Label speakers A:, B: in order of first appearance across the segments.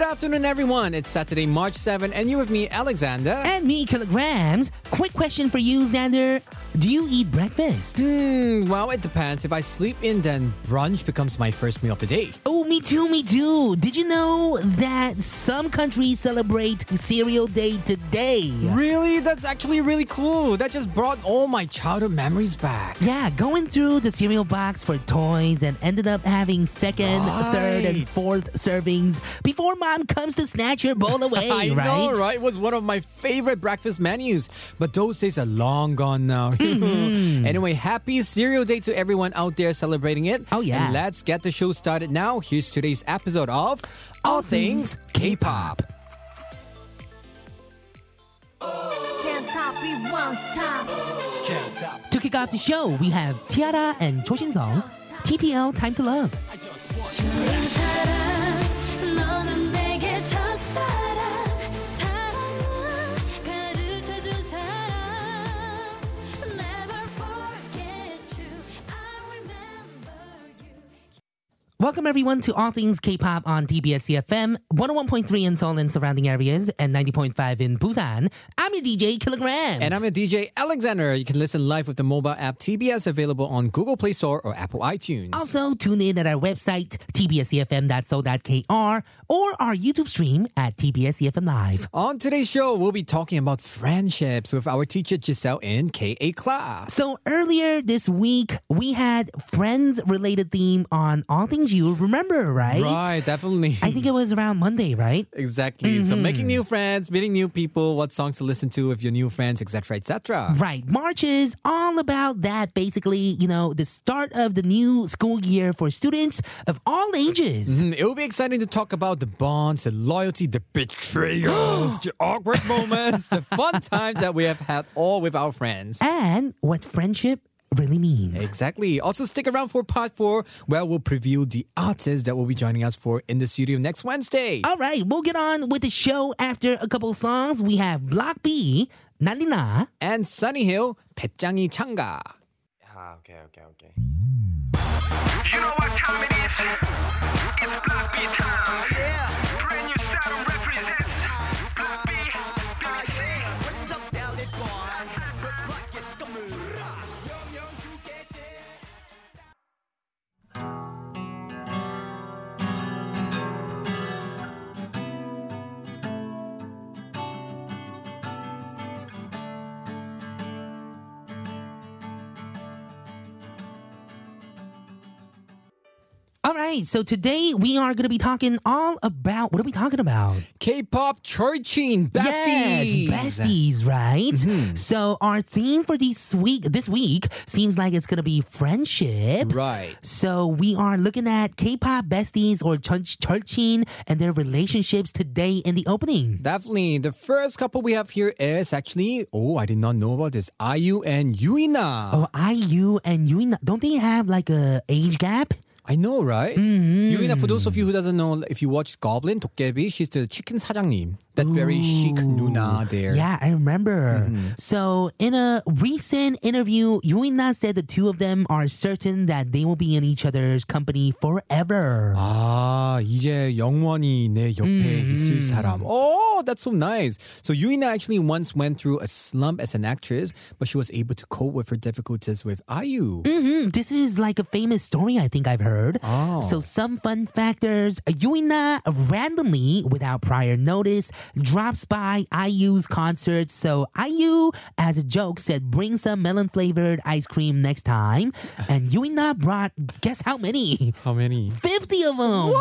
A: afternoon, everyone. It's Saturday, March 7, and you're with me, Alexander.
B: And me, kilograms. Quick question for you, Xander. Do you eat breakfast?
A: Hmm, well, it depends. If I sleep in, then brunch becomes my first meal of the day.
B: Oh, me too, me too. Did you know that some countries celebrate cereal day today?
A: Really? That's actually really cool. That just brought all my childhood memories back.
B: Yeah, going through the cereal box for toys and ended up having second, third, and
A: Right.
B: fourth servings before mom comes to snatch your bowl away,
A: I
B: right?
A: know, right? It was one of my favorite breakfast menus. But those days are long gone now.
B: Mm-hmm.
A: anyway, happy cereal day to everyone out there celebrating it.
B: Oh, yeah.
A: And let's get the show started now. Here's today's episode of All Things K pop.
C: Can't stop, we won't stop.
B: To kick off the show, we have Tiara and Cho Shin Song, TTL Time to Love.
C: 좋은 사람, 너는 내게 첫사랑. 사랑은 가르쳐준 사람. Never forget you, I remember you.
B: Welcome everyone to All Things K-pop on TBS CFM, 101.3 in Seoul and surrounding areas, and 90.5 in Busan. I'm your DJ Kilograms.
A: And I'm a DJ Alexander. You can listen live with the mobile app TBS available on Google Play Store or Apple iTunes.
B: also tune in at our website tbscfm.so.kr or our YouTube stream at tbscfm live.
A: On today's show, we'll be talking about friendships with our teacher Giselle in KA class.
B: So earlier this week, we had friends related theme on All Things You Remember, right?
A: Right, definitely.
B: I think Hmm. it was around Monday, right?
A: Exactly. So making new friends, meeting new people, what songs to listen to with your new friends, etc., etc.
B: Right. March is all about that, basically, you know, the start of the new school year for students of all ages.
A: Mm, It will be exciting to talk about the bonds, the loyalty, the betrayals, the awkward moments, the fun times that we have had all with our friends.
B: And what friendship really means.
A: Exactly. Also, stick around for part four, where we'll preview the artists that will be joining us for in the studio next Wednesday.
B: All right, we'll get on with the show after a couple songs. We have Block B, Nalina.
A: And Sunny Hill, 배짱이 창가.
D: Ah, okay, okay, okay.
E: You know what time it is? It's Block B time. Yeah. Brand new sound represents Block B. Block C. What's up, Dallas boy?
B: All right, so today we are going to be talking all about what are we talking about?
A: K-pop churching besties.
B: Yes, besties, right? So our theme for this week this week seems like it's going to be friendship.
A: Right.
B: So we are looking at K-pop besties or Chulchin and their relationships today in the opening.
A: Definitely. The first couple we have here is actually, oh, I did not know about this. IU and Yuina.
B: Oh, IU and Yuna, don't they have like a age gap?
A: I know, right?
B: Mm-hmm.
A: Yuina, for those of you who doesn't know, if you watch Goblin, Dokkaebi, she's the chicken sajangnim. That very chic Nuna there.
B: Yeah, I remember. So in a recent interview, Yuina said the two of them are certain that they will be in each other's company forever.
A: 아, 이제 영원히 내 옆에 있을 사람. Oh, that's so nice. So Yuina actually once went through a slump as an actress, but she was able to cope with her difficulties with IU.
B: Mm, This is like a famous story I think I've heard.
A: Oh.
B: So some fun factors. Yuina randomly, without prior notice, drops by IU's concert. So IU, as a joke, said, bring some melon flavored ice cream next time. And Yuina brought, guess how many?
A: How many?
B: 50 of them.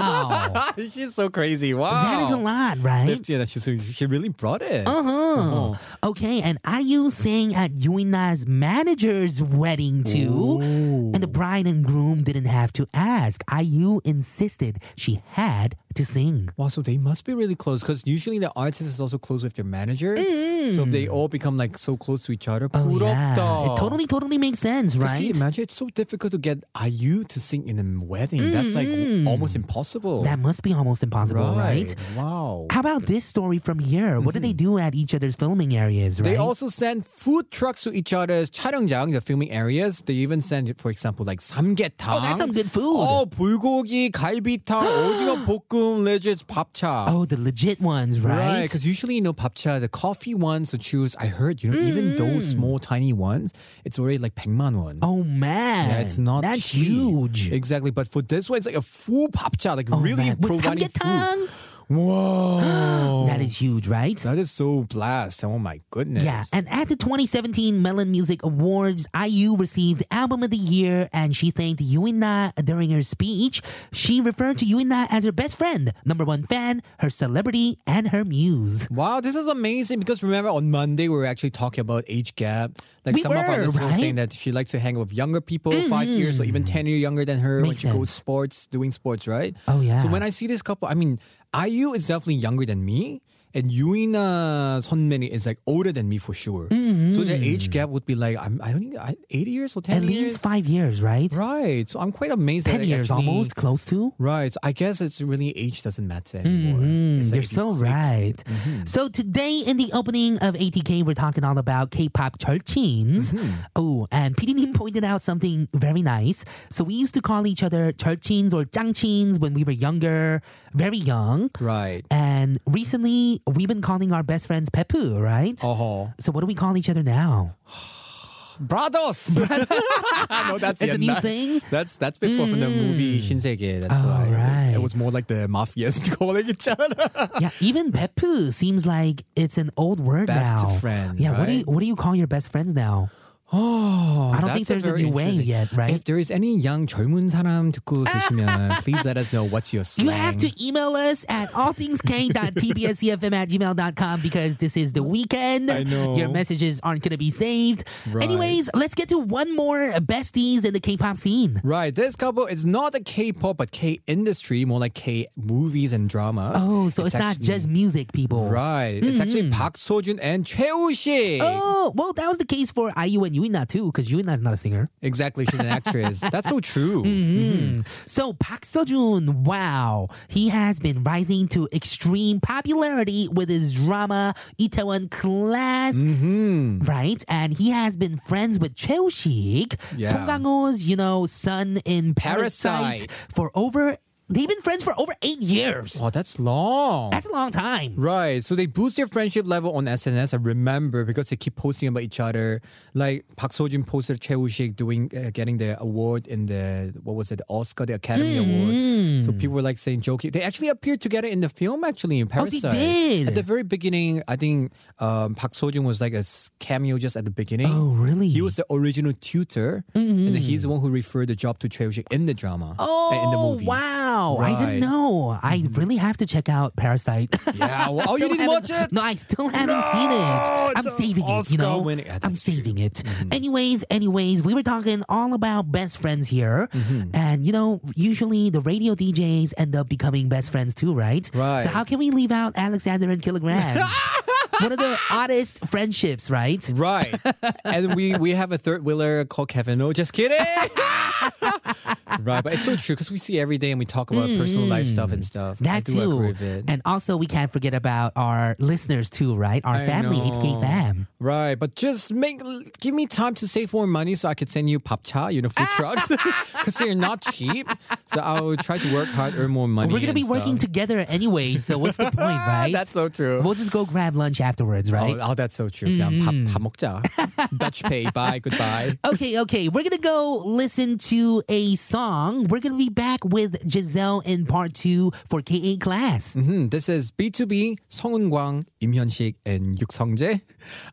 B: Wow.
A: she's so crazy. Wow.
B: that is a lot, right?
A: 50 and she, so she really brought it.
B: Uh-huh. Okay, and IU sang at Yuina's manager's wedding too. And the
A: Mm.
B: bride and groom didn't have to ask. IU insisted she had to sing.
A: Wow, so they must be really close because usually the artist is also close with their manager. So if they all become like so close to each other.
B: Mm. Oh, yeah.
A: 부럽다.
B: It totally, totally makes sense,
A: 'Cause Can you
B: right?
A: imagine? It's so difficult to get IU to sing in a wedding. That's like almost impossible.
B: That must be almost Mm-hmm. impossible, right?
A: Wow.
B: How about this story from here? What do they do at each other's filming areas, right?
A: Mm-hmm. They also send food trucks to each other's 촬영장, the filming areas. They even send, for example, like samgyetang.
B: Oh, that's some good food.
A: Oh, bulgogi, 갈비탕, Oh, 오징어 Bloom legit papcha.
B: Oh, the legit ones, right?
A: Because usually, you know, papcha, the coffee ones to choose, I heard, you know, even
B: Mm.
A: those small, tiny ones, it's already like 100만 won.
B: oh man,
A: Yeah, it's not
B: that's
A: cheap.
B: huge. Oh,
A: Exactly, but for this one, it's like a full papcha, like really
B: man. With
A: providing food.
B: samgyetang?
A: Whoa,
B: That is huge, right?
A: that is so blast! Oh my goodness!
B: Yeah, and at the 2017 Melon Music Awards, IU received Album of the Year, and she thanked Yuina during her speech. She referred to Yuina as her best friend, number one fan, her celebrity, and her muse.
A: Wow, this is amazing because remember on Monday we were actually talking about age gap. Like
B: We
A: some of our
B: were,
A: listeners were
B: right? Mm-hmm.
A: saying that she likes to hang out with younger people, five years or even ten years younger than her when
B: Makes
A: she goes
B: sense.
A: sports, doing sports, right?
B: Oh,
A: So
B: yeah.
A: when I see this couple, I mean, IU is definitely younger than me. And Yuina Sonmin is like older than me for sure. So the age gap would be like I'm, I don't think I- eight years or ten
B: Mm-hmm. At
A: years.
B: least five years, right?
A: Right. So I'm quite amazed. that
B: 10
A: they
B: years
A: actually-
B: almost, close to.
A: Right. So I guess it's really age doesn't matter anymore.
B: Mm,
A: It's like
B: you're
A: if you
B: so
A: click- Mm-hmm.
B: right. So today in the opening of ATK, we're talking all about K-pop 절친's.
A: Mm-hmm.
B: Oh, and PD님 pointed out something very nice. So we used to call each other 절친's or 짱친's when we were younger, very young.
A: Right.
B: And recently, we've been calling our best friends Pepu, right?
A: Uh huh.
B: So what do we call each other now?
A: Brothers. no, that's
B: It's a
A: yet
B: new
A: not-
B: thing? Hmm.
A: That's that's before from the movie Shinsege. That's
B: Oh,
A: why
B: right.
A: it was more like the mafias calling each other.
B: yeah, even Pepu seems like it's an old word
A: Best
B: now.
A: friend,
B: Yeah, what do you,
A: right?
B: what do you call your best friends now?
A: Oh,
B: I don't think
A: that's
B: there's a
A: very
B: new way
A: interesting-
B: yet, right?
A: If there is any young 젊은 사람 듣고 계시면, please let us know what's your slang.
B: You have to email us at allthingsk.tbscfm at gmail.com because this is the weekend.
A: I know.
B: Your messages aren't going to be saved.
A: Right.
B: Anyways, let's get to one more besties in the K pop scene.
A: Right, this couple is not a K-pop but K industry, more like K movies and dramas.
B: Oh, so it's, not
A: actually-
B: just music, people.
A: right. It's actually Park Sojun and Choi Woo-sik.
B: Oh, well, that was the case for IU and Yuina too, because Yuina is not a singer.
A: Exactly, she's an actress. That's so true.
B: Hmm. Mm-hmm. Mm. So Park Seo-joon, wow, he has been rising to extreme popularity with his drama Itaewon Class, right? And he has been friends with Choi Woo-sik,
A: Yeah.
B: Song Kang-ho's, you know, son in Parasite,
A: Parasite.
B: for over. They've been friends for over eight years.
A: Wow, Oh, that's long.
B: That's a long time.
A: Right. So they boost their friendship level on SNS. I remember because they keep posting about each other. Like Park Sojin posted Choi Woo-sik doing uh, getting the award in the what was it, the Oscar, the Academy
B: Hmm.
A: Award. So people were like saying joking. They actually appeared together in the film actually in
B: Oh, they
A: Parasite.
B: did?
A: At the very beginning, I think um, Park Sojin was like a s- cameo just at the beginning.
B: Oh, really? Mm-hmm.
A: He was the original tutor, and then he's the one who referred the job to Choi Woo-sik in the drama.
B: Oh,
A: uh, in the movie.
B: wow. I didn't
A: Right.
B: know. I really have to check out Parasite.
A: Yeah. Well, oh, you
B: Still
A: didn't watch
B: haven't-
A: it?
B: No, I still haven't seen it. I'm
A: it's an
B: saving it, you know?
A: Oscar-winning- Yeah,
B: I'm
A: that's true.
B: saving it.
A: Mm-hmm.
B: Anyways, anyways, we were talking all about best friends here.
A: Mm-hmm.
B: And, you know, usually the radio DJs end up becoming best friends too, right?
A: Right.
B: So how can we leave out Alexander and Kilograms? One of the oddest friendships, right?
A: Right. and we we have a third wheeler called Kevin. No, just kidding. right, but it's so true because we see every day and we talk about personal life stuff and stuff. I
B: Mm. That
A: do
B: too.
A: agree with it.
B: And also, we can't forget about our listeners too, right? Our
A: I
B: family,
A: know.
B: 8K fam.
A: right, but just make give me time to save more money so I could send you papcha, you know, food trucks because they're not cheap. So I will try to work hard, earn more money.
B: We're gonna
A: and
B: be working
A: stuff.
B: together anyway, so what's the point, right?
A: That's so true.
B: We'll just go grab lunch afterwards, right? Mm.
A: Oh, oh, that's so true. Yeah, 밥, 밥 먹자. Dutch pay. Bye. Goodbye.
B: Okay, okay. We're gonna go listen to a song. We're gonna be back with Giselle in part two for KA class.
A: Mhm, This is B2B 성은광, 임현식, and 육성재.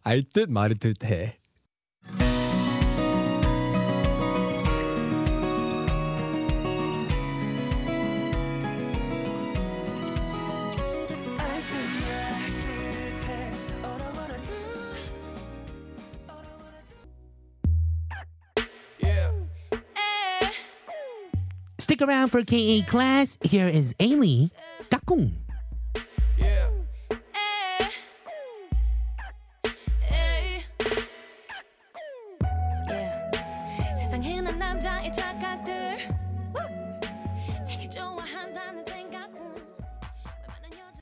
A: 알듯 말을 듯해.
B: Stick around for KA class. Here is Ailey Kakung.
C: 세상 흔한 남자의 착각들 Woo! 자기 좋아한다는 생각뿐 웬만한 여자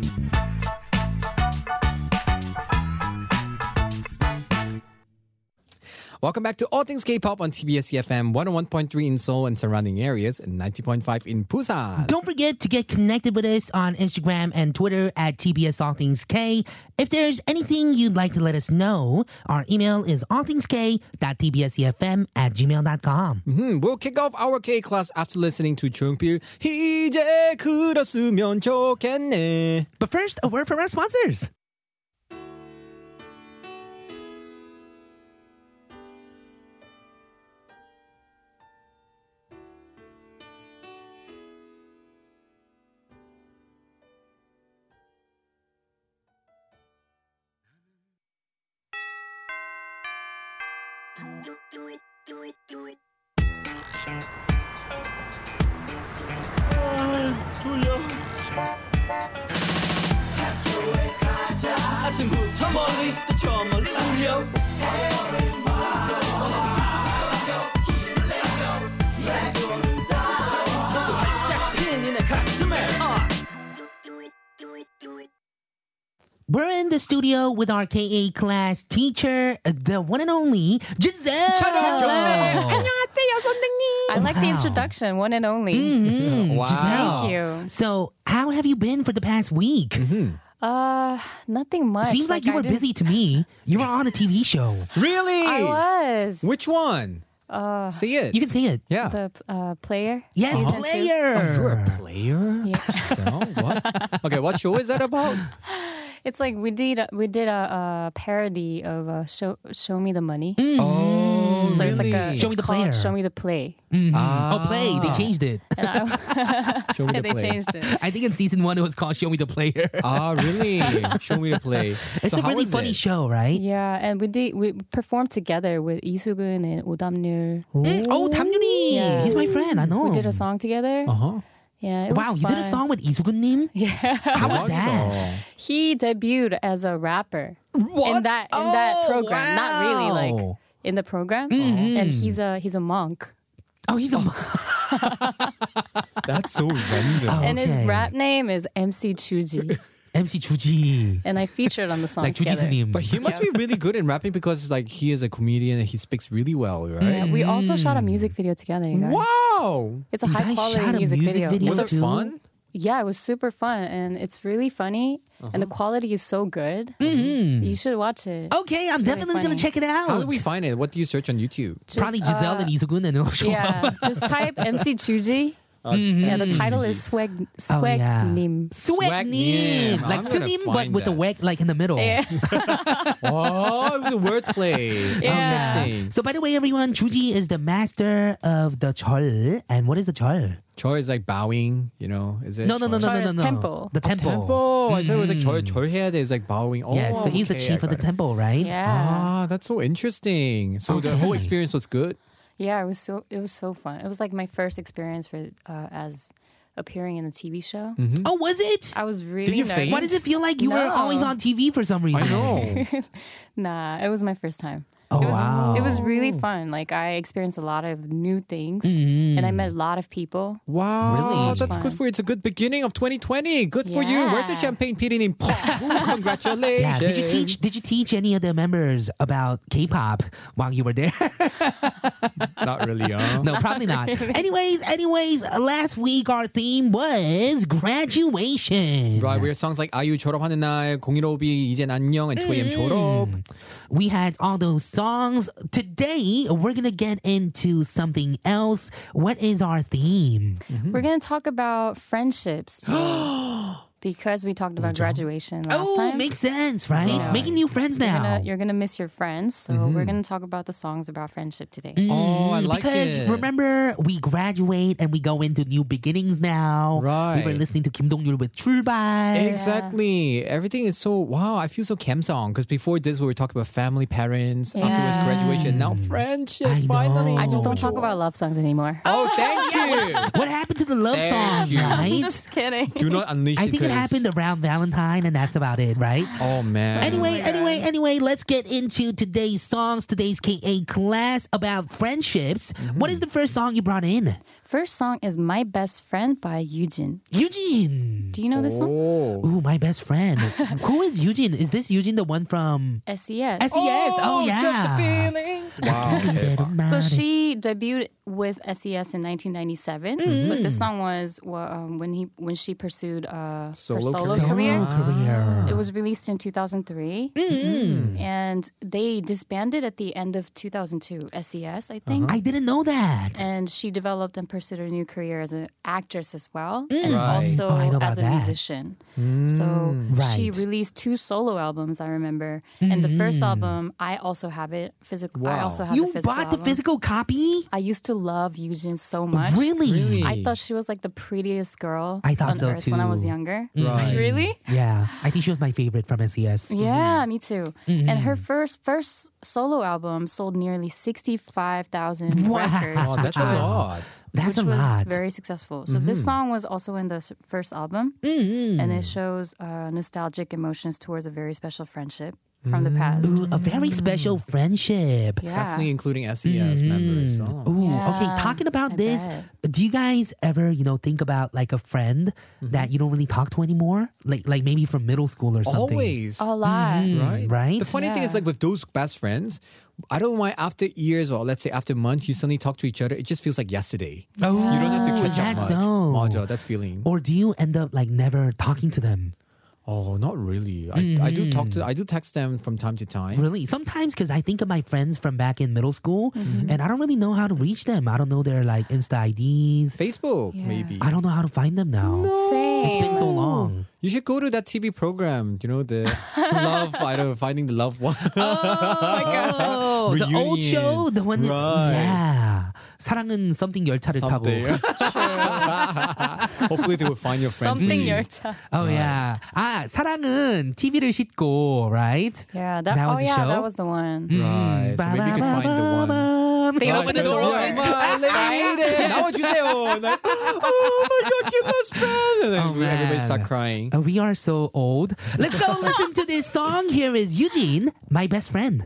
A: Welcome back to All Things K-Pop on TBS EFM 101.3 in Seoul and surrounding areas and 90.5 in Busan.
B: Don't forget to get connected with us on Instagram and Twitter at TBS All Things K. If there's anything you'd like to let us know, our email is allthingsk.tbsefm E at gmail.com.
A: Hmm, we'll kick off our K class after listening to Chungpil. 이제 그랬으면 좋겠네.
B: But first, a word from our sponsors.
F: 아침부터 멀리 또 저 멀리 울려 너도 활짝 핀 이내 가슴에 어.
B: We're in the studio with our KA class teacher, the one and only Giselle.
A: 촬영
G: I like the
B: Wow.
G: introduction, one and only.
B: Mhm,
A: Wow.
B: Giselle.
G: Thank you.
B: So, how have you been for the past week?
G: Uh, nothing Mm-hmm. much.
B: Seems like, you
G: I
B: were
G: didn't-
B: busy to me. You were on a TV show.
A: Really?
G: I was.
A: Which one?
G: Uh,
A: See it.
B: You can say it.
A: yeah.
G: the uh, player.
B: Yes,
G: season two.
B: player.
A: player?
G: Yeah.
A: So, what? Okay, what show is that about?
G: It's like we did a, we did a, a parody of uh, show show me the money.
A: Oh,
G: So
A: really?
G: it's like a
B: Mm-hmm. Show Me the
G: it's called
B: Player.
G: Show me the play.
B: Mhm.
A: Ah.
B: Oh, play. They changed it.
G: And I-
A: Show me the
G: Oh, they
A: play.
G: changed it.
B: I think in season one it was called Show Me the Player.
G: Uh,
A: Ah, really? Show me the play. So
B: it's a
A: how is
B: really funny
A: it?
B: show, right?
G: Yeah, and we did we performed together with Lee Soo-geun and Oh Dam-ryul.
B: Mm, Oh, Tam Yuni.
G: Yeah.
B: He's my friend. I know.
G: We did a
B: him.
G: song together.
A: Uh-huh.
G: Yeah, it was
B: Oh. Wow, you did a
G: fun.
B: song with Isugun Nim?
G: Yeah.
B: How was that?
G: He debuted as a rapper in that in
A: Oh,
G: that program. Not really like
B: oh, wow.
G: in the program.
B: Mhm.
G: And he's a he's a monk.
B: Oh, he's a.
A: That's so random.
B: Oh.
G: And his
B: Okay.
G: rap name is MC Chuji.
B: MC
A: Oh,
B: Chuji.
G: and I featured on the song
B: Like Chuji's
G: together.
B: name.
A: But he must be really good in rapping because like he is a comedian and he speaks really well,
G: Yeah,
A: right?
G: we also shot a music video together, you guys.
A: Wow.
G: It's a
B: Mm. You guys
G: high
B: shot
G: quality
B: a
G: music,
B: music
G: video.
B: video?
G: It
A: Was
B: Me
A: it
B: too.
A: fun?
G: yeah, it was super fun and it's really funny and the
B: Uh-huh.
G: quality is so good.
B: Mhm.
G: You should watch it.
B: Okay, I'm definitely
G: funny.
B: going to check it out.
A: How do we find it? What do you search on YouTube?
G: Just,
B: Probably Giselle
G: uh,
B: and Izugun and it'll show up.
G: Yeah, just type MC Chuji.
B: Mm-hmm.
A: Oh,
G: Yeah, the title is Swag
B: Mm. Oh,
G: Swag
B: yeah.
G: Nim.
A: Swag
B: Swag
A: Nim.
B: Nim. Like
A: I'm gonna
B: Sunim, but
A: find
B: with the
A: that.
B: wag like in the middle.
G: Yeah.
A: Oh, it was a wordplay.
G: Yeah.
A: Interesting.
B: So by the way, everyone, Chuji is the master of the chol. And what is the chol?
A: Choi is like bowing, you know, is it?
B: No, no, no, no,
A: Choi?
B: no,
G: Chol
B: no,
G: is
B: no.
G: temple.
B: The temple. Hmm.
A: Temple. I thought it was like Choi. Choi head is like bowing. Oh,
B: Yes, so he's the
A: okay,
B: chief
A: I
B: of the
A: got it.
B: temple, right? oh.
G: Yeah.
A: Ah, that's so interesting. So the whole
B: Okay.
A: experience was good.
G: Yeah, it was so it was so fun. It was like my first experience for uh, as appearing in a TV show.
B: Oh, was it?
G: I was really
A: you
G: nervous.
A: faint?
B: Why does it feel like you were
G: No.
B: always on TV for some reason?
A: I know.
G: Nah, it was my first time.
B: Oh,
G: it was
B: wow.
G: it was really fun. Like I experienced a lot of new things and I
B: Mm.
G: met a lot of people.
A: Wow,
G: Really?
A: that's good for you. It's a good beginning of 2020. Good for you. Where's the
G: Yeah.
A: champagne pitting? Congratulations.
B: Yeah. Did you teach? Did you teach any of the members about K-pop while you were there?
A: Not really, huh?
B: no, probably not. anyways, anyways, last week our theme was graduation.
A: Right, we had songs like 아유 졸업하는 날, 015이 이젠 안녕, and 2AM 졸업.
B: We had all those songs. Today, we're going to get into something else. What is our theme?
G: We're going to talk about friendships today because we talked about graduation last
B: oh,
G: time.
B: makes sense, right? Making new friends
G: you're
B: now. Mm-hmm.
G: gonna, you're gonna miss your friends, so we're gonna talk about the songs about friendship today.
A: Oh, I like
B: because
A: it.
B: remember, we graduate and we go into new beginnings now.
A: Right.
B: We were listening to Kim Dong Yul with Chulbai.
A: Exactly. Everything is so wow. I feel so Kamsong because before this we were talking about family, parents, afterwards
G: Yeah.
A: graduation, now friendship.
B: I know.
A: Finally,
G: I just
B: Oh,
G: don't talk about love songs anymore.
A: Oh, thank you. it.
B: What happened to the love
A: Thank
B: song,
A: you.
B: right?
G: Just kidding.
A: Do not unleash it.
B: I think it
A: 'cause-
B: happened around Valentine, and that's about it, right?
A: Oh man.
B: Anyway,
G: God.
B: anyway, anyway, let's get into today's songs, today's KA class about friendships. What
A: Mm-hmm.
B: is the first song you brought in?
G: First song is My Best Friend by Eugene.
B: Eugene.
G: Do you know this song?
A: Oh.
B: Ooh, my best friend. Who is Eugene? Is this Eugene the one from
G: SES.
B: SES? Oh, yeah.
A: Just a feeling. Wow. Okay.
G: So she debuted with SES in 1997, but
A: Mm.
G: this song was well, um, when he when she pursued uh, her
A: Solo
G: solo
A: career.
G: career.
B: career.
A: Mm.
G: It was released in 2003, and they disbanded at the end of 2002. SES, E I think.
B: I didn't know that.
G: And she developed and pursued her new career as an actress as well, and
A: Right.
G: also
B: Oh, I know
G: as
B: about
G: a
B: that.
G: musician.
B: Mm.
G: So she
B: Right.
G: released two solo albums, I remember. And the first
B: Mm-hmm.
G: album, I also have it physical. I
A: Wow.
G: also have
B: you
G: the physical
B: bought the
G: album.
B: physical copy?
G: I used to love Eugene so much.
B: Really?
A: Really?
G: I thought she was like the prettiest girl
B: I thought
G: on
B: so
G: earth when I was
B: too.
G: younger.
B: Mm.
A: Right.
G: Really?
B: Mm-hmm. Yeah, I think she was my favorite from E SES.
G: Yeah, me too.
B: Mm-hmm.
G: And her
B: Mm.
G: first first solo album sold nearly 65,000
B: Wow.
G: records.
A: Oh, that's a
G: which was-
A: lot.
B: That's
G: which
B: a
G: was
B: lot. Mm-hmm.
G: very successful. So this song was also in the s- first album,
B: Mm,
G: and it shows uh, nostalgic emotions towards a very special friendship from the past.
B: Ooh, a very special friendship.
G: Mm. Yeah,
A: Definitely including SES members. Oh.
B: Mm-hmm. Ooh,
G: Yeah,
B: okay. Talking about
G: I
B: this, do you guys ever, you know, think about like a friend that you don't really talk to anymore? Like like maybe from middle school or something.
A: Always.
G: a lot.
A: Right?
B: Mm-hmm. Mm, right?
A: The funny thing is,
G: Yeah.
A: like with those best friends, I don't know why after years or let's say after months, you suddenly talk to each other. It just feels like yesterday.
B: Oh,
A: You don't have to catch up
B: that's
A: much.
B: so.
A: Maja, that feeling.
B: Or do you end up like never talking to them?
A: Oh, not really. I, I do talk to, I do text them from time to time.
B: Mm. Really? Sometimes because I think of my friends from back in middle school
G: Mm-hmm.
B: and I don't really know how to reach them. I don't know their like Insta IDs.
A: Facebook,
G: Yeah.
A: maybe.
B: I don't know how to find them now.
G: Same.
B: It's been so long.
A: You should go to that TV program. You know the love. I don't finding the loved one.
B: Oh, the old
A: Reunion.
B: show, the one.
A: Right.
B: Yeah. 사랑은 something 열차를 타고.
A: Someday. Hopefully they will find your friend.
G: Something
A: for you.
G: your time.
B: Oh yeah. 아, 사랑은 TV를 씻고, right?
G: Yeah, that,
B: That was
G: oh
B: the
G: yeah,
B: show? Mm.
G: that was the one.
A: Right. So maybe you can find the one.
B: Ba-ba-ba-bam. They
G: Right,
B: open the
G: that's
B: door.
G: right.
A: My lady. 나와주세요. And like, oh my god, get lost friend. And then
B: Oh,
A: we- everybody
B: man.
A: start crying.
B: Uh, We are so old. Let's go listen to this song. Here is Eugene, my best friend.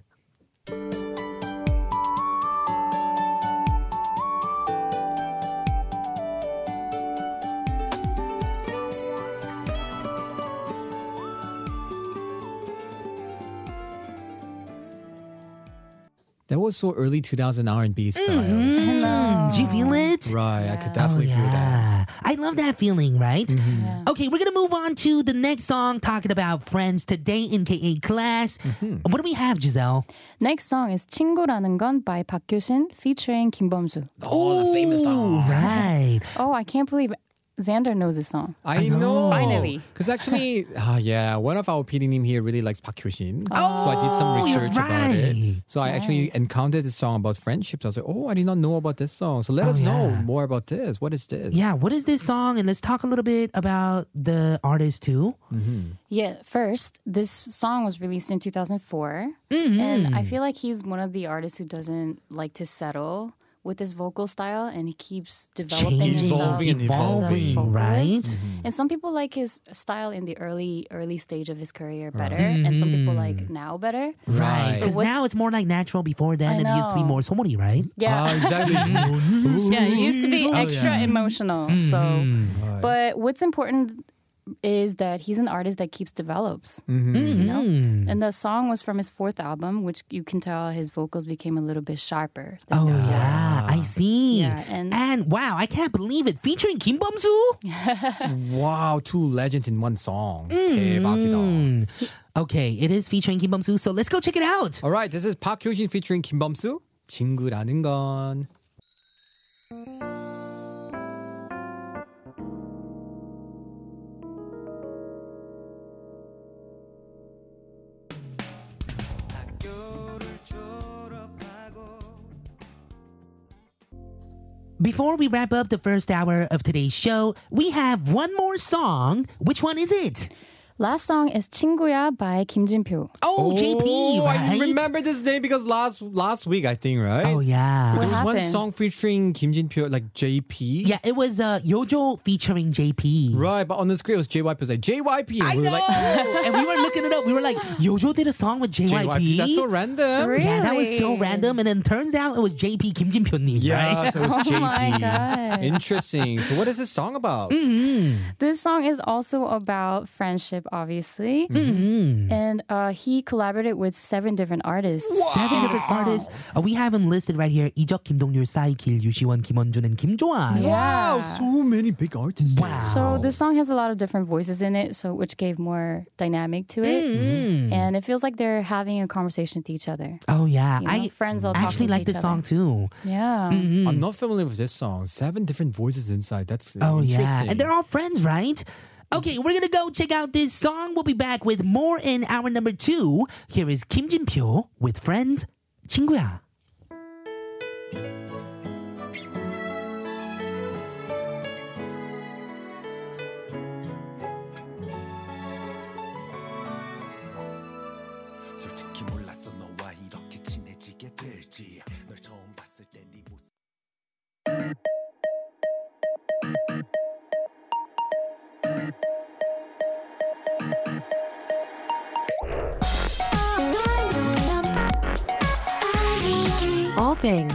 A: That was so early 2000 R&B style.
G: Oh.
B: Mm, do you feel it? Oh,
A: Right. I could definitely feel that. Mm-hmm.
B: Yeah. I love that feeling, right?
G: Yeah.
B: Okay, we're going to move on to the next song talking about friends today in KA class.
G: Mm-hmm.
B: What do we have, Giselle?
G: Next song is 친구라는 건 by Park Kyushin featuring Kim Bomsu.
A: Oh, the famous
B: All
A: song.
B: right.
G: Oh, I can't believe Xander knows this song.
A: I know.
G: Finally.
A: Because actually, ah, yeah, one of our PD team here really likes Park Hyoshin. so I did some
B: Oh, you're
A: research about it.
B: right.
A: So I actually encountered this song about friendships. I was like, oh, I did not know about this song. So let us know
B: yeah.
A: more about this. What is this?
B: Yeah, what is this song? And let's talk a little bit about the artist too.
G: Yeah, first, this song was released in 2004. And I feel like he's one of the artists who doesn't like to settle with his vocal style and he keeps developing uh,
B: Changing,
G: himself
A: Evolving and
G: as a
B: evolving, right?
G: vocalist. And some people like his style in the early early stage of his career better and some people like now better.
B: Right. Because
G: What's-
B: now it's more like natural before then,
G: I
B: and it used to be
G: know.
B: more somori, right?
G: Yeah.
A: Ah, exactly. Mm-hmm.
G: Yeah, it used to be extra emotional. So,
A: Right.
G: but what's important is that he's an artist that keeps develops.
B: Mm-hmm.
G: You know,
B: Mm.
G: and the song was from his fourth album, which you can tell his vocals became a little bit sharper. than-
B: Oh yeah, I see.
G: Yeah, and-
B: wow, I can't believe it. Featuring Kim Bumsu.
A: wow, two legends in one song.
B: Mm.
A: 대박이다.
B: Okay, it is featuring Kim Bumsu. So let's go check it out.
A: All right, this is Park Hyoshin featuring Kim Bamsu. 친구라는 건.
B: Before we wrap up the first hour of today's show, we have one more song. Which one is it?
G: Last song is 친구야 by Kim Jin Pyo.
B: Oh, JP,
A: Oh, I
B: right?
A: remember this name because last last week I think right.
B: Oh yeah.
A: There was one
G: happened?
A: song featuring Kim Jin Pyo, like JP.
B: Yeah, it was uh, Yojo featuring JP.
A: Right, but on the screen it was JYP. It was like JYP.
B: I
A: we
B: know.
A: were like,
B: and we were looking it up. We were like, Yojo did a song with JYP.
A: JYP. That's so random.
G: Really?
B: Yeah, that was so random. And then turns out it was JP Kim Jin Pyonim,
A: Yeah,
B: right? Oh
A: so it was JP.
G: my God.
A: Interesting. So what is this song about?
B: Mm,
G: This song is also about friendship, obviously.
B: Mm-hmm.
G: And uh, he collaborated with seven different artists.
B: Seven different artists. Uh, we have them listed right here: Ijeok, Kim Dong Yul, Sai Kil, Yoo Siwon, Kim Won Jun, and Kim Joan.
A: Wow, so many big artists.
B: Wow.
G: So this song has a lot of different voices in it, so which gave more dynamic to it.
B: Mm-hmm.
G: And it feels like they're having a conversation with each
B: Mm.
G: other.
B: Oh yeah,
G: You know,
B: I
G: friends all talking
B: actually
G: to
B: like
G: each
B: this
G: other.
B: song too.
G: Yeah.
B: Mm-hmm.
A: I'm not familiar with this song. Seven different voices inside. That's
B: Hmm.
A: uh,
B: Oh
A: interesting.
B: yeah, and they're all friends, right? Okay, we're gonna go check out this song. We'll be back with more in hour number two. Here is Kim Jin Pyo with friends, 친구야.
E: 솔직히 몰랐어 너와 이렇게 친해지게 될지 널 처음 봤을 때네 모습
H: All things.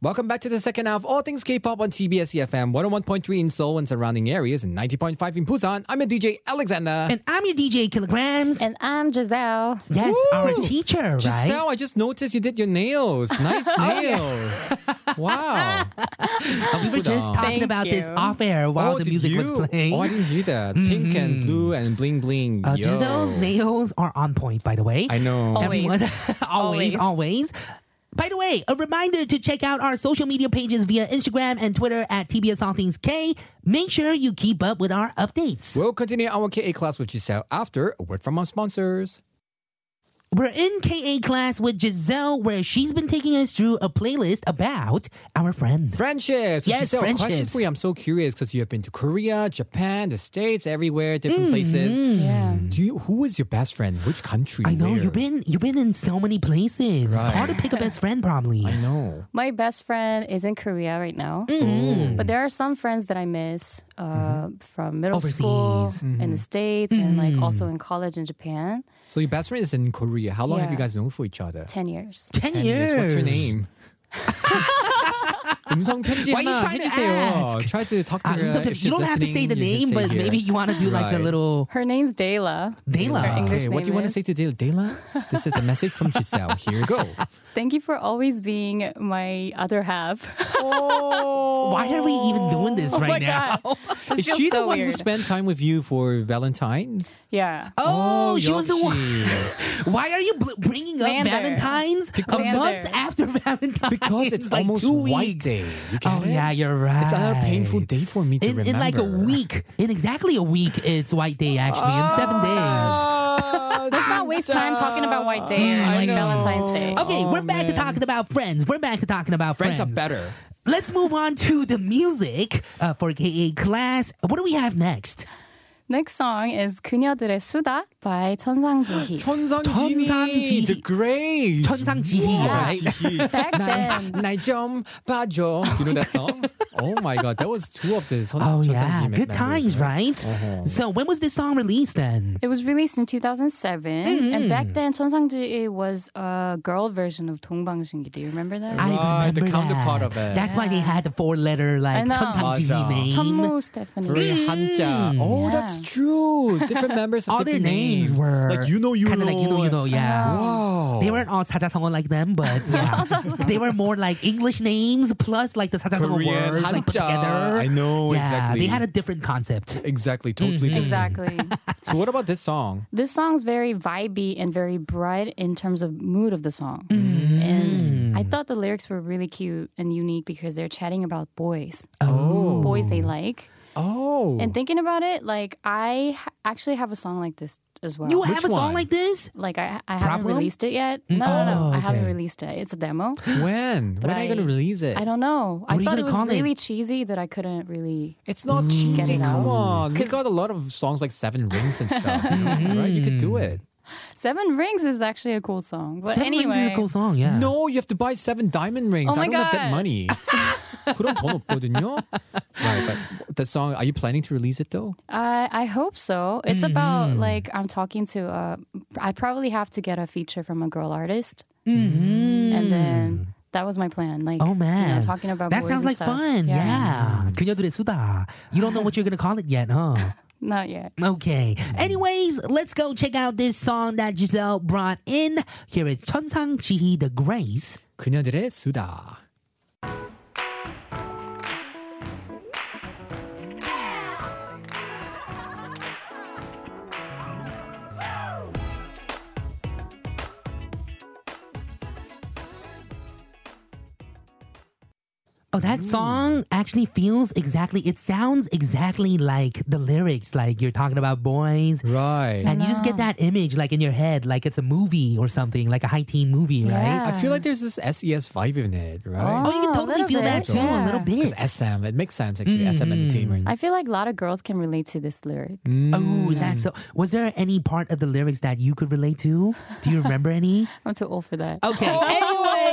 A: Welcome back to the second half of All Things K-Pop on TBS EFM 101.3 in Seoul and surrounding areas and 90.5 in Busan. I'm a DJ Alexander.
B: And I'm your DJ Kilograms.
G: And I'm Giselle.
B: yes, our
A: Woo!
B: teacher, right? Oh,
A: Giselle, I just noticed you did your nails. Nice nails. wow.
B: we were just talking
G: Thank
B: about this
G: you.
B: off air while the
A: did
B: music was
A: you?
B: playing.
A: Oh, I didn't hear that. Pink and blue and bling bling.
B: Uh,
A: Yo.
B: Giselle's nails are on point, by the way.
A: I know.
G: Oh, Always.
B: Everyone, always,
G: Always.
B: always. By the way, a reminder to check out our social media pages via Instagram and Twitter at TBS All Things K. Make sure you keep up with our updates.
A: We'll continue our KA class with Giselle after a word from our sponsors.
B: We're in KA class with Giselle, where she's been taking us through a playlist about our friend.
A: Friendships. So
B: Yes,
A: Giselle, question
B: friendships.
A: for you. I'm so curious because you have been to Korea, Japan, the States, everywhere, different
B: Mm-hmm.
A: places.
G: Yeah.
A: Do you, who is your best friend? Which country?
B: I know
A: Where?
B: you've been you've been in so many places. It's
A: Right.
B: hard to pick a best friend, probably.
A: I know.
G: My best friend is in Korea right now.
B: Mm-hmm.
G: But there are some friends that I miss uh, from middle school
B: Overseas. Mm-hmm.
G: in the States and like also in college in Japan.
A: So your best friend is in Korea. How long have
G: Yeah.
A: you guys known for each other?
G: 10 years.
B: Ten,
A: Ten
B: years.
A: years. What's her name? 음성 편지
B: Why are you
A: 하나
B: trying to
A: 해주세요.
B: ask?
A: Try to talk to
B: Ah,
A: her. uh,
B: so
A: if she's
B: you don't have to
A: listening,
B: say the
A: you should
B: name,
A: say
B: but
A: here.
B: maybe you want to do like a
A: Right.
B: little
G: Her name's Dayla.
A: Dayla.
B: Dela.
G: Her
A: Okay,
G: English
A: what do you want
G: name
A: to
G: is-
A: say to Dayla? Dayla, this is a message from Giselle. Here you go.
G: Thank you for always being my other half.
B: Oh, Why are we even doing this right
G: Oh my
B: now?
G: God.
A: Is
G: feels
A: she the
G: so
A: one who
G: weird.
A: spent time with you for Valentine's?
G: yeah.
B: Oh, she was the one.
A: 역시.
B: Why are you bl- bringing up
G: Vander.
B: Valentine's a
G: Because-
B: month after Valentine's?
A: Because it's
B: like
A: almost
B: two
A: White
B: weeks.
A: Day. You get
B: Oh
A: it?
B: yeah, you're right.
A: It's another painful day for me to
B: In, in like a
A: remember.
B: week, in exactly a week, it's White Day actually. In seven
A: Ah,
B: days.
G: Let's not waste time talking about White Day or
A: I
G: like
A: know.
G: Valentine's Day.
B: Okay, we're back to talking about friends. We're back to talking about Oh, friends.
A: Oh, Friends are better.
B: Let's move on to the music uh, for KA class. What do we have next?
G: Next song is 그녀들의 수다 by 천상지희.
A: 천상지니,
B: 천상지니.
A: the grace.
B: 천상지니, right?
G: Back then.
A: 나좀 봐줘. You know that song? oh my god, that was two of the 선,
B: Oh
A: 천상지니
B: yeah,
A: members,
B: good times, right?
A: Uh-huh.
B: So when was this song released then?
G: It was released in 2007, and
B: Mm-hmm.
G: back then 천상지희 was a girl version of 동방신기. Do you remember that?
B: I
A: Right, the
B: remember
A: counterpart of
B: that.
A: it.
B: That's why they had the four-letter like
G: I know.
B: 천상지희
A: 맞아.
B: name.
G: 천무 Stephanie.
A: Very hanja. Oh,
G: Yeah.
A: that's true. Different members have
B: All their
A: different
B: names
A: names
B: were
A: like you know you
B: kind of like you know you know yeah.
A: Wow.
B: They weren't all 사자성어 like them, but yeah. they were more like English names plus like the 사자성어
A: Korean,
B: words like put
A: Hanja.
B: together.
A: I know,
B: yeah,
A: exactly.
B: They had a Mm-hmm. different concept.
A: Exactly, totally different.
G: Exactly.
B: Mm.
A: So what about this song?
B: Mm.
G: this song's very vibey and very bright in terms of mood of the song, and I thought the lyrics were really cute and unique because they're chatting about boys,
A: Oh.
G: boys they like.
A: Oh.
G: And thinking about it, like I ha- actually have a song like this as well.
B: You
A: Which
B: have a
A: one?
B: song like this?
G: like I, I haven't
B: Problem?
G: released it yet. No, no, no.
B: Oh,
G: I haven't
B: okay.
G: released it. It's a demo.
A: when? When are you going
G: I-
A: to release it?
G: I don't know.
B: What are
G: I
B: you
G: thought
B: gonna
G: it was
B: call it?
G: really cheesy that I couldn't really.
A: It's
B: Mm.
A: not cheesy.
G: it
A: Come
G: out.
A: on. We got a lot of songs like Seven Rings and stuff. you
B: Mm-hmm.
A: know, right? You could do it.
G: Seven Rings is actually a cool song, but
B: Seven
G: anyway,
B: Rings is a cool song, yeah.
A: No, you have to buy seven diamond rings.
G: Oh
A: I
G: my
A: don't have that
G: gosh.
A: money. 그런 돈 없거든요. Right, but the song, are you planning to release it though?
G: I I hope so. It's
B: Mm-hmm.
G: about like I'm talking to. Uh, I probably have to get a feature from a girl artist, mm-hmm. and then that was my plan. Like,
B: Oh man,
G: you know, talking about
B: that
G: boys
B: sounds
G: and
B: like
G: stuff.
B: fun. Yeah, 그녀들의 수다. You don't know what you're gonna call it yet, huh?
G: not yet.
B: Okay.
A: Mm.
B: Anyways, let's go check out this song that Giselle brought in. Here is 천상 지희 the Grace.
A: 그녀들의 수다.
B: Oh, that song actually feels exactly. It sounds exactly like the lyrics. Like you're talking about boys.
A: Right.
B: And you just get that image like in your head, like it's a movie or something, like a high teen movie, right?
G: Yeah.
A: I feel like there's this SES vibe in it, right?
B: Oh, you can
G: Oh, a
B: totally
G: little
B: feel that
G: bit,
B: too, a
G: yeah.
B: little bit.
A: Because SM, it makes sense actually. SM Entertainment.
G: I feel like a lot of girls can relate to this lyric.
B: Oh, is that so? Was there any part of the lyrics that you could relate to? Do you remember any?
G: I'm too old for that.
B: Okay. Anyway,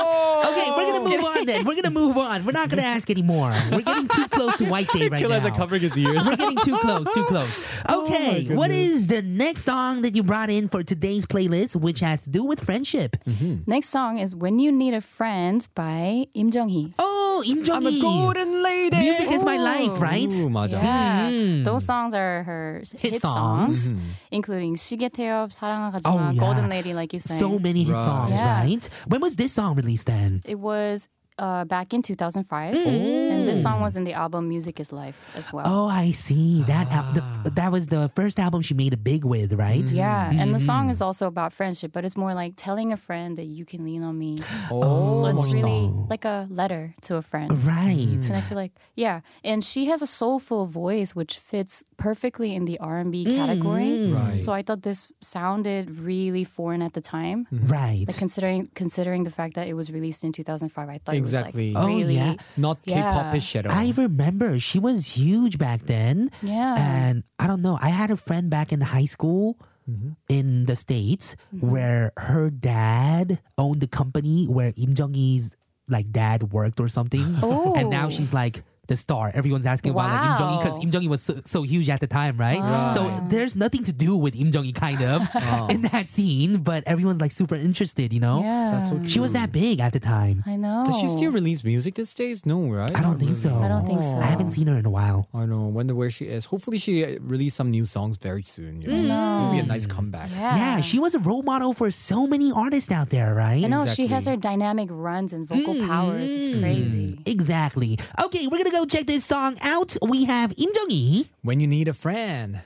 B: okay, we're gonna move on then. We're gonna move on. We're not gonna ask anymore. We're getting too close to White Day right now.
A: his ears.
B: We're getting too close, too close.
A: Oh,
B: Okay, what is the next song that you brought in for today's playlist, which has to do with friendship?
A: Hmm.
G: Next song is "When You Need a Friend" by Im Jung Hee.
B: Oh, Im Jong
A: I'm a golden lady.
B: Music is my life,
G: Ooh.
B: right?
A: Ooh, 맞아.
G: Yeah, those songs are her s-
B: Mm-hmm. Hit
G: hit,
B: songs.
G: songs, including 시계 태엽, 사랑아
B: Oh,
G: 가지마,
B: yeah.
G: Golden Lady, like you sang.
B: So many hit
A: Right.
B: songs,
G: Yeah.
B: right? When was this song released then?
G: It was uh, back in 2005,
A: Mm.
G: and this song was in the album "Music Is Life" as well.
B: Oh, I see. That al-
A: Ah.
B: the, that was the first album she made a big with, right?
G: Yeah, and the
A: Mm-hmm.
G: song is also about friendship, but it's more like telling a friend that you can lean on me.
A: Oh.
G: So it's really like a letter to a friend.
B: Right.
G: And I feel like, yeah, and she has a soulful voice which fits perfectly in the R&B
B: Mm.
G: category.
A: Mm. Right.
G: So I thought this sounded really foreign at the time.
A: Mm.
B: Right.
G: Like considering considering the fact that it was released in 2005, I thought
A: Exactly.
G: it
A: Oh,
G: was like really
B: yeah.
A: Not
G: Yeah.
A: K-pop-ish at all.
B: I remember she was huge back then.
G: Yeah.
B: And I don't know, I had a friend back in high school
G: Mm-hmm.
B: in the States where her dad owned the company where Im Jong I's like dad worked or something. And now
G: Oh.
B: she's like the star. Everyone's asking about like Im Jong I because
G: Wow.
B: Im Jong I was so, so huge at the time, right? So there's nothing to do with Im Jong I kind of in that scene, but everyone's like super interested, you know?
G: Oh. yeah.
A: oh, That's so true.
B: She was that big at the time.
G: I know.
A: Does she still release music these days? No, right? Oh.
B: I don't think so.
G: I don't think so.
B: I haven't seen her in a while.
A: I know. Wonder where she is. Hopefully, she uh, release some new songs very soon. You know, it'll be a nice comeback.
G: yeah.
B: Yeah, she was a role model for so many artists out there, right?
G: I know she has
A: Exactly. Mm-hmm.
G: her dynamic runs and vocal powers. It's crazy.
B: Mm-hmm. Exactly. Okay, we're gonna go check this song out. We have Im Jong I.
A: When you need a friend.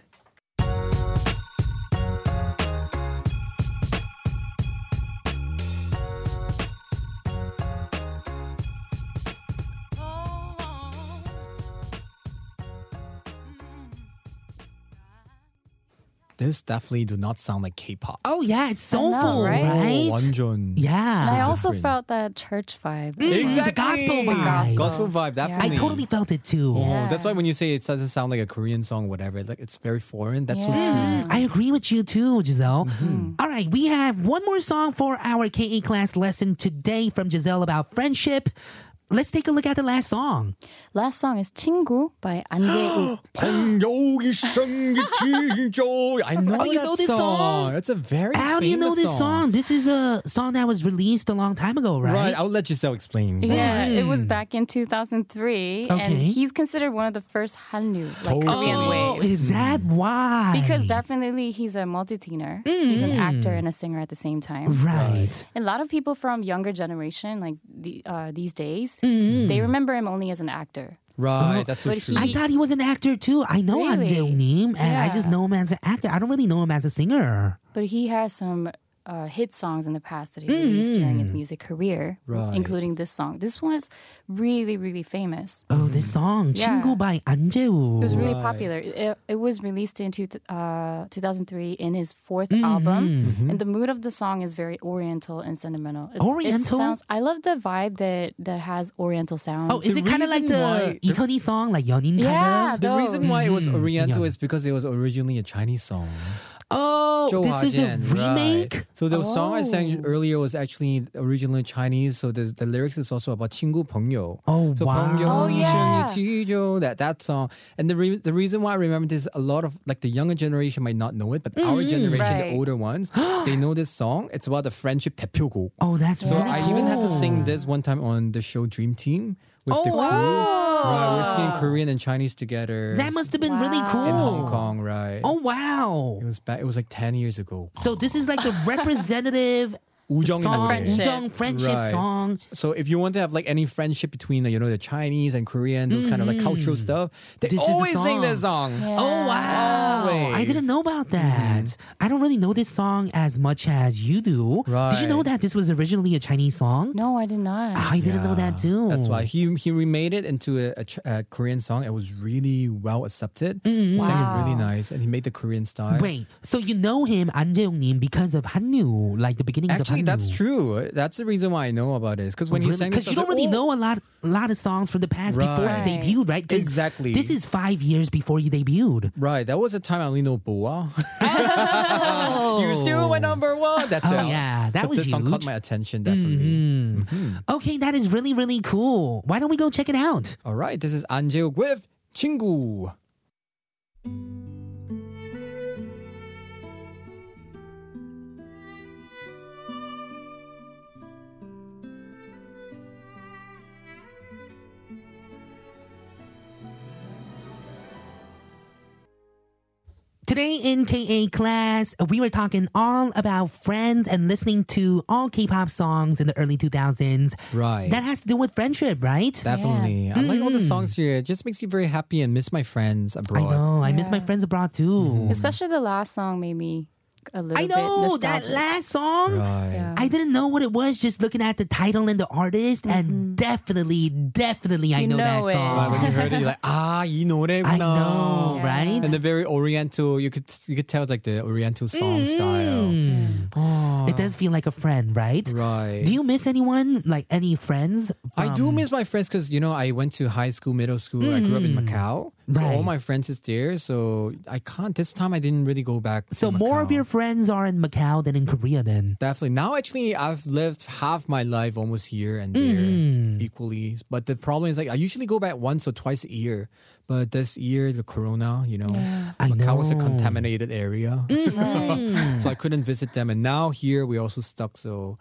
C: Oh,
A: This definitely do not sound like K-pop. Oh,
B: Oh yeah, it's
G: I know,
B: soulful,
G: right?
B: right?
A: 완전.
G: And I
B: Yeah.
A: different.
G: also
A: Mm-hmm.
G: felt that church vibe.
A: Exactly.
B: gospel vibe.
A: Gospel vibe.
G: Yeah.
B: I
A: Definitely.
B: totally felt it too.
A: Oh, that's why when you say it doesn't sound like a Korean song, whatever, like it's very foreign. That's so
G: Yeah.
A: true.
B: Mm-hmm.
A: Mm-hmm.
B: I agree with you too, Giselle. All right, we have one more song for our KA class lesson today from Giselle about friendship. Let's take a look at the last song.
G: Last song is "친구" by An Jae-wook.
A: 번역이 생기죠. I know
B: Oh, you
A: that
B: know this song?
A: That's a very
B: How do you know
A: famous
B: this song? This is a song that was released a long time ago,
A: Right.
B: right?
A: I'll let Giselle explain.
G: Yeah, it was back in 2003, and
B: Okay.
G: he's considered one of the first Hanyu, like
A: Totally.
G: Korean
B: Oh,
G: wave.
B: is that why?
G: Because definitely he's a multi-teener. He's
A: Mm-hmm.
G: an actor and a singer at the same time.
B: Right.
G: A lot of people from younger generation, like the, uh, these days,
A: Mm-hmm.
G: they remember him only as an actor.
A: Right. that's so
G: But
A: true.
B: I
G: he-
B: thought he was an actor too. I know
G: Really?
B: Anjel Nim, and I just know
G: Yeah.
B: him as an actor. I don't really know him as a singer.
G: But he has some uh, hit songs in the past that he released during
B: Mm.
G: his music career,
A: Right.
G: including this song. This one's really, really famous.
B: Oh, this
A: Mm.
B: song,
G: Yeah.
B: 친구 by 안재우.
G: It was really
A: Right.
G: popular. It, it was released in two, uh, 2003 in his 4th
B: Mm-hmm.
G: album,
A: Mm-hmm.
G: and the mood of the song is very oriental and sentimental. It, It
B: Oriental?
G: sounds. I love the vibe that that has oriental sounds.
B: Oh,
A: The
B: is it kind of like
A: reason
B: the
A: why- the-
B: 이선희 song, like 연인
G: yeah,
B: kind of?
A: The reason
G: those.
A: why it was
B: Mhm.
A: Oriental
B: Yeah.
A: is because it was originally a Chinese song.
B: Oh,
A: Zhou
B: this is a
A: Huajian,
B: remake.
A: right. So the song I sang
G: Oh.
A: earlier was actually originally Chinese. So the, the lyrics is also about 친구朋友.
B: Oh
A: So
B: wow!
A: "朋友,
G: Oh, yeah.
A: 一生一起就," that that song. And the re- the reason why I remember this, a lot of like the younger generation might not know it, but
B: Mm-hmm.
A: our generation,
G: Right.
A: the older ones, they know this song. It's about the friendship 대표곡.
B: Oh, that's
A: So
B: really
A: I even had to
B: cool.
A: sing this one time on the show Dream Team with
B: Oh,
A: the crew.
B: wow.
A: Right, we're singing Korean and Chinese together.
B: That must have been really
G: Wow.
B: cool.
A: in Hong Kong, right?
B: Oh wow!
A: It was back. It was like ten years ago.
B: So this is like the representative
A: 우정의 노래.
B: song,
G: friendship.
B: 우정 friendship
A: Right.
B: song.
A: So if you want to have like any friendship between you know the Chinese and Korean, those kind of like cultural stuff, they
B: Mm. This is the
A: always sing that song.
B: Oh wow! I
A: Always. Mm-hmm.
B: didn't know about that. I don't really know this song as much as you do. Did you know
A: Right.
B: that this was originally a Chinese song?
G: No, I did not.
B: I didn't know that too.
A: That's why he he remade it into a, a, Ch- a Korean song. It was really well accepted. He sang it really
G: Wow.
A: nice, and he made the Korean style.
B: Mm, Wait, so you know him, An Jae-yong-nim, because of Hanyu, like the beginnings
A: Actually,
B: of Hanyu.
A: that's true. That's the reason why I know about it. Because when he sang this, I
B: because you
A: was
B: don't
A: like,
B: really
A: "Oh,
B: know a lot, lot of songs from the past before
A: Right.
B: he debuted, right? 'Cause
A: Exactly.
B: This is five years before you debuted.
A: Right, that was a time I only know Boa. You're still my number one. That's
B: Oh,
A: it.
B: yeah,
A: But
B: that was
A: this song caught my
B: huge.
A: attention definitely.
B: Mm-hmm.
A: Mm-hmm.
B: Okay, that is really, really cool. Why don't we go check it out?
A: All right, this is An Jae-wook with 친구.
B: Today in KA class, we were talking all about friends and listening to all K-pop songs in the early 2000s.
A: Right.
B: That has to do with friendship, right?
A: Definitely. I like all the songs here. It just makes you very happy and miss my friends
B: Hmm. I
A: abroad.
B: know. I miss my friends abroad
A: Mm-hmm.
B: too.
G: Especially the last song made me a little
B: I
G: bit
B: know that
G: nostalgic.
B: last song.
A: Right.
G: Yeah.
B: I didn't know what it was just looking at the title and the artist, and definitely, definitely, I
G: Mm-hmm. You
B: know,
G: know
B: that
G: it.
A: Right,
B: song.
A: when you heard it, you're like, ah, 이 노래구나.
B: I know,
G: Yeah.
B: right?
A: And the very Oriental, you could you could tell like the Oriental song
B: Mm-hmm.
A: style.
B: Mm. It does feel like a friend, right?
A: Right.
B: Do you um, miss anyone, like any friends?
A: I do
B: from-
A: miss my friends because you know I went to high school, middle school. I grew up in Macau, so
B: Mm-hmm. Right.
A: all my friends is there. So I can't. This time I didn't really go back. to
B: So more of
A: Macau.
B: your friends are in Macau than in Korea, then.
A: Definitely. Now, actually, I've lived half my life almost here and there
B: Mm-hmm.
A: equally. But the problem is, like, I usually go back once or twice a year. But this year, the corona, you know,
B: I
A: Macau was a
B: know. Mm-hmm.
A: contaminated area.
G: Mm.
A: so I couldn't visit them. And now here, we're also stuck. So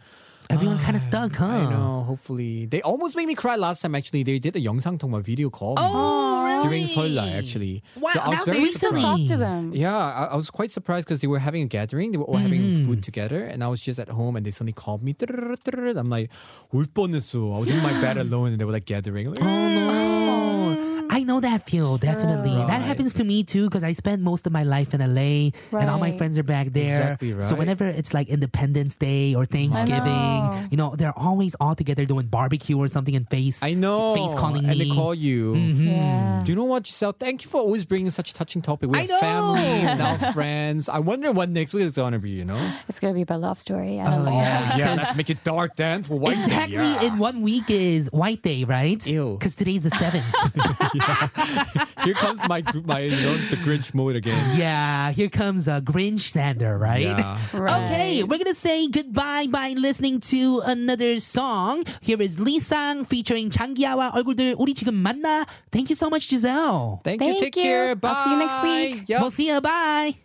B: Everyone's kind of stuck, huh?
A: I know, hopefully. They almost made me cry last time, actually. They did a 영상 통화 video call.
B: Oh, really?
A: During Seollai, actually.
B: Wow,
A: So I was
B: that's
A: very
G: we still
A: surprised.
G: talk to them.
A: Yeah, I, I was quite surprised because they were having a gathering. They were all
G: Mm.
A: having food together, and I was just at home, and they suddenly called me. I'm like, 울 뻔했어. I was in my bed alone, and they were like gathering. Like,
B: Oh no. Oh, I know that feel, definitely. That
A: Right.
B: happens to me too, because I spent most of my life in LA and all my
G: Right.
B: friends are back there.
A: Exactly right.
B: So whenever it's like Independence Day or Thanksgiving,
G: know.
B: you know, they're always all together doing barbecue or something and face Mm-hmm.
A: I know.
B: face calling
A: and they
B: me.
A: call you.
G: Yeah.
A: Do you know what, Giselle? Thank you for always bringing such touching topic. We
B: I
A: have
B: know.
A: families now, friends. I wonder what next week is gonna be. You know?
G: It's gonna be about love story.
B: Oh,
G: I don't know.
A: Yeah. let's make it dark then for white. Day,
B: Exactly.
A: yeah.
B: In one week is White Day, right?
A: Ew.
B: Because today's the seventh.
A: Here comes my my you know, the Grinch mode again.
B: yeah. Here comes uh, Grinch Sander, right?
A: Yeah.
G: Right.
B: Okay, we're gonna say goodbye by listening to another song. Here is Lee Sang featuring 장기야와 얼굴들 우리 지금 만나. Thank you so much, Giselle.
A: Thank, you.
G: Thank
A: Take
G: you.
A: care. Bye.
G: I'll see you next week.
A: Yup.
B: We'll see you. Bye.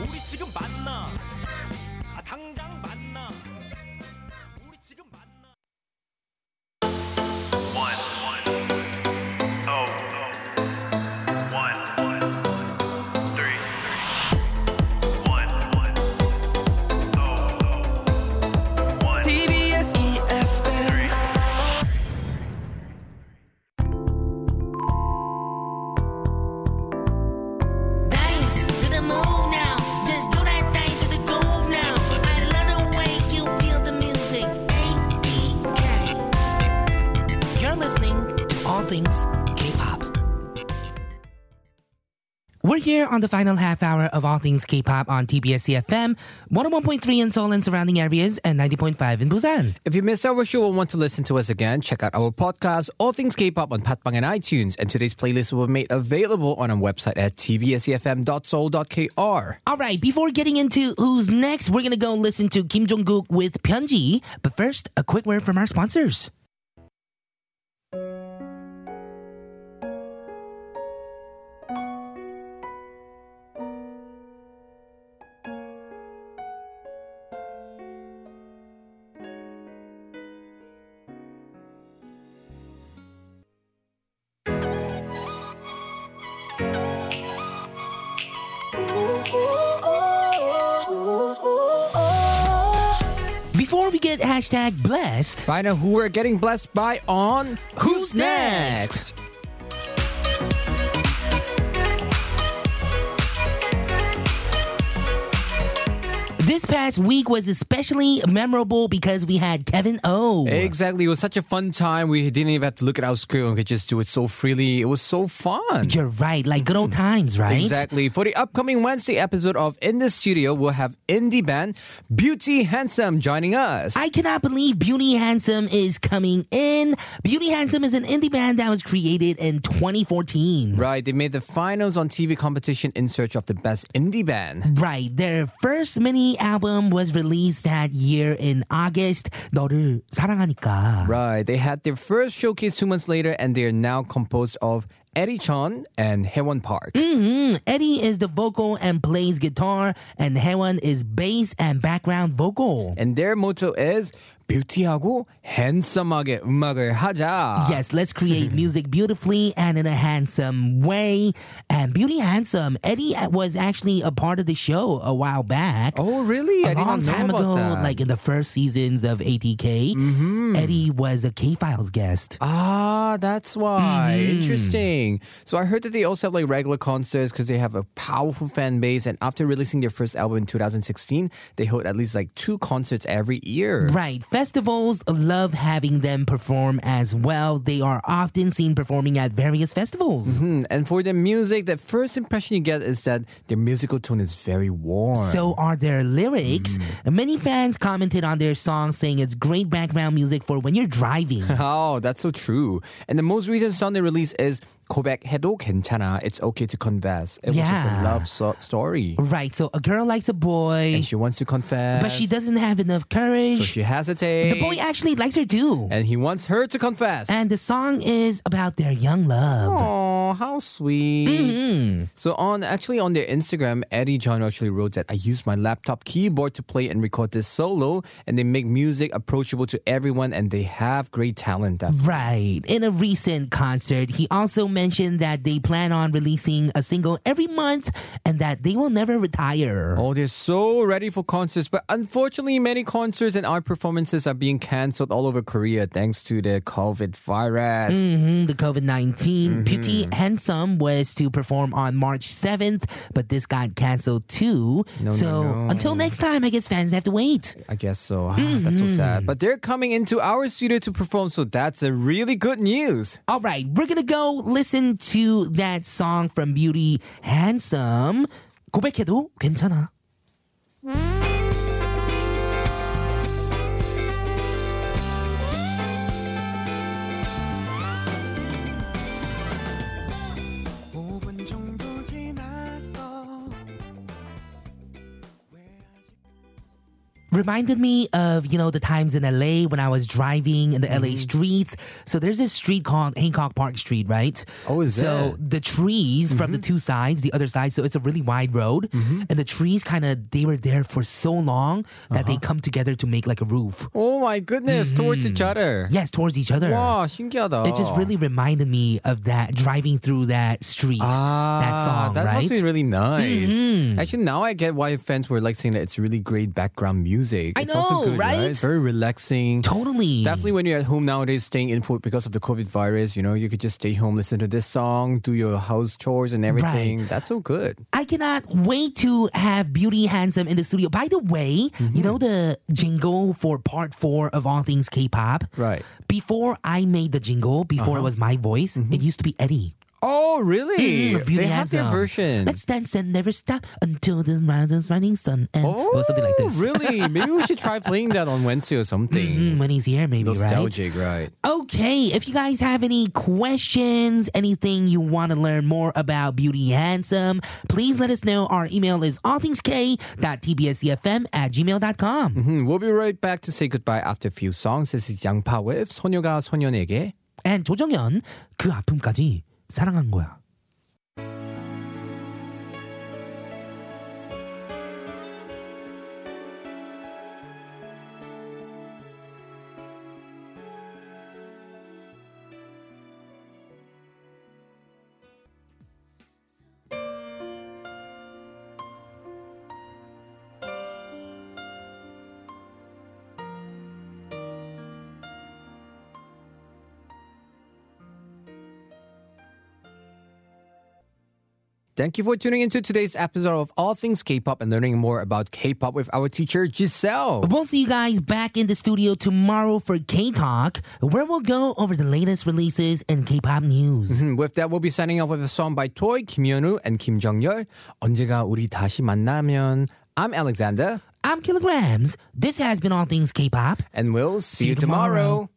F: 우리 지금 만나 아, 당장 만나 우리 지금 만나
E: oh, one, one, oh, oh, one.
B: E
F: TBS
I: things K-pop.
B: We're here on the final half hour of all things K-pop on TBS CFM, 101.3 in Seoul and surrounding areas, and 90.5 in Busan.
A: If you missed our show and want to listen to us again, check out our podcast, All Things K-Pop on Patbang and iTunes. And today's playlist will be made available on our website at tbsefm.soul.kr.
B: All right, before getting into who's next, we're gonna go listen to Kim Jong Gook with Pyonji. But first, a quick word from our sponsors. Before we get hashtag blessed,
A: Find out who we're getting blessed by on
B: Who's Next? this past week was especially memorable because we had Kevin O.
A: Exactly. It was such a fun time. We didn't even have to look at our script and could just do it so freely. It was so fun.
B: You're right, like good
A: Mm-hmm.
B: old times, right?
A: Exactly. For the upcoming Wednesday episode of In the Studio, we'll have indie band Beauty Handsome joining us.
B: I cannot believe Beauty Handsome is coming in. Beauty Handsome is an indie band that was created in 2014.
A: Right, they made the finals on TV competition in search of the best indie band.
B: Right, their first mini album was released that year in August. 너를 사랑하니까.
A: Right, they had their first showcase two months later, and they are now composed of Eddie Chon and Haewon Park.
B: Mhm. Eddie is the vocal and plays guitar, and Haewon is bass and background vocal.
A: And their motto is beauty하고 handsome하게 음악을 하자.
B: Yes, let's create music beautifully and in a handsome way. And Beauty Handsome, Eddie was actually a part of the show a while back.
A: Oh, really?
B: A
A: I did
B: long
A: not know
B: time
A: about
B: ago,
A: that. Mm-hmm.
B: like in the first seasons of ATK, Eddie was a K Files guest.
A: Ah, that's why.
B: Mm-hmm.
A: Interesting. So I heard that they also have like regular concerts because they have a powerful fan base. And after releasing their first album in 2016, they hold at least like two concerts every year.
B: Right. Festivals love having them perform as well. They are often seen performing at various festivals.
A: Hmm, And for their music, the first impression you get is that their musical tone is very warm.
B: So are their lyrics.
A: Mm.
B: Many fans commented on their song saying it's great background music for when you're driving.
A: Oh, that's so true. And the most recent song they released is 고백해도 괜찮아. It's okay to confess. It was just a
B: Yeah.
A: love so- story.
B: right. So a girl likes a boy,
A: And she wants to confess.
B: but she doesn't have enough courage.
A: So she hesitates.
B: the boy actually likes her too.
A: And he wants her to confess.
B: And the song is about their young love.
A: Oh, how sweet. So on actually on their Instagram, Eddie John actually wrote that I use my laptop keyboard to play and record this solo and they make music approachable to everyone and they have great talent.
B: Mm-hmm.
A: Definitely.
B: Right. In a recent concert, he also mentioned that they plan on releasing a single every month and that they will never retire.
A: Oh, they're so ready for concerts, but unfortunately, many concerts and art performances are being cancelled all over Korea thanks to the COVID virus.
B: Mhm, the COVID
A: Mm-hmm.
B: 19. Beauty Handsome was to perform on March 7th, but this got canceled too. so until next time, I guess fans have to wait.
A: I guess so. Ah, That's so sad. But they're coming into our studio to perform, so that's a really good news.
B: All right, we're gonna go listen to that song from Beauty Handsome. 고백해도 괜찮아. reminded me of you know the times in LA when I was driving in the
A: Mm-hmm.
B: LA streets. So there's this street called Hancock Park Street, right?
A: Oh, is
B: so
A: it? Mm-hmm.
B: the trees from the two sides, the other side. So it's a really wide road, and the trees kind of they were there for so long that
A: Uh-huh.
B: they come together to make like a roof.
A: Oh my goodness, towards each other.
B: Yes, towards each other.
A: 와, 신기하다.
B: It just really reminded me of that driving through that street, that
A: Ah,
B: song,
A: that
B: right? Mm-hmm.
A: must be really nice. Actually, now I get why fans were like saying that it's really great background music.
B: I
A: it's also
B: know,
A: good,
B: right?
A: It's very relaxing.
B: Totally.
A: Definitely when you're at home nowadays, staying in for because of the COVID virus, you know, you could just stay home, listen to this song, do your house chores and everything. That's so good.
B: I cannot wait to have Beauty Handsome in the studio. By the way,
A: Mm-hmm.
B: you know the jingle for part four of All Things K-pop?
A: Right.
B: Before I made the jingle, before
A: Uh-huh.
B: it was my voice, it used to be Eddie.
A: Oh, really?
B: Mm, Beauty
A: Mm-hmm. they have their
B: Handsome.
A: version.
B: Let's dance and never stop until the rising's running sun and or something like this.
A: Oh, really? Maybe we should try playing that on Wednesday or something.
B: Mm, when he's here, maybe right.
A: Nostalgic, right?
B: Okay, if you guys have any questions, anything you want to learn more about Beauty Handsome, please let us know. Our email is allthingsk.tbscfm E at gmail.com.
A: Hmm, We'll be right back to say goodbye after a few songs. This is Yang Pa with 소녀가 소년에게.
B: And 조정현, 그 아픔까지 사랑한 거야.
A: Thank you for tuning into today's episode of All Things K-pop and learning more about K-pop with our teacher Giselle.
B: We'll see you guys back in the studio tomorrow for K Talk, where we'll go over the latest releases and K pop news.
A: Hmm, With that, we'll be signing off with a song by Toy, Kim Yeonu, and Kim Jong-yeol. 언제가 우리 다시 만나면. I'm Alexander,
B: I'm Kilograms. This has been All Things K pop.
A: and we'll see, you tomorrow.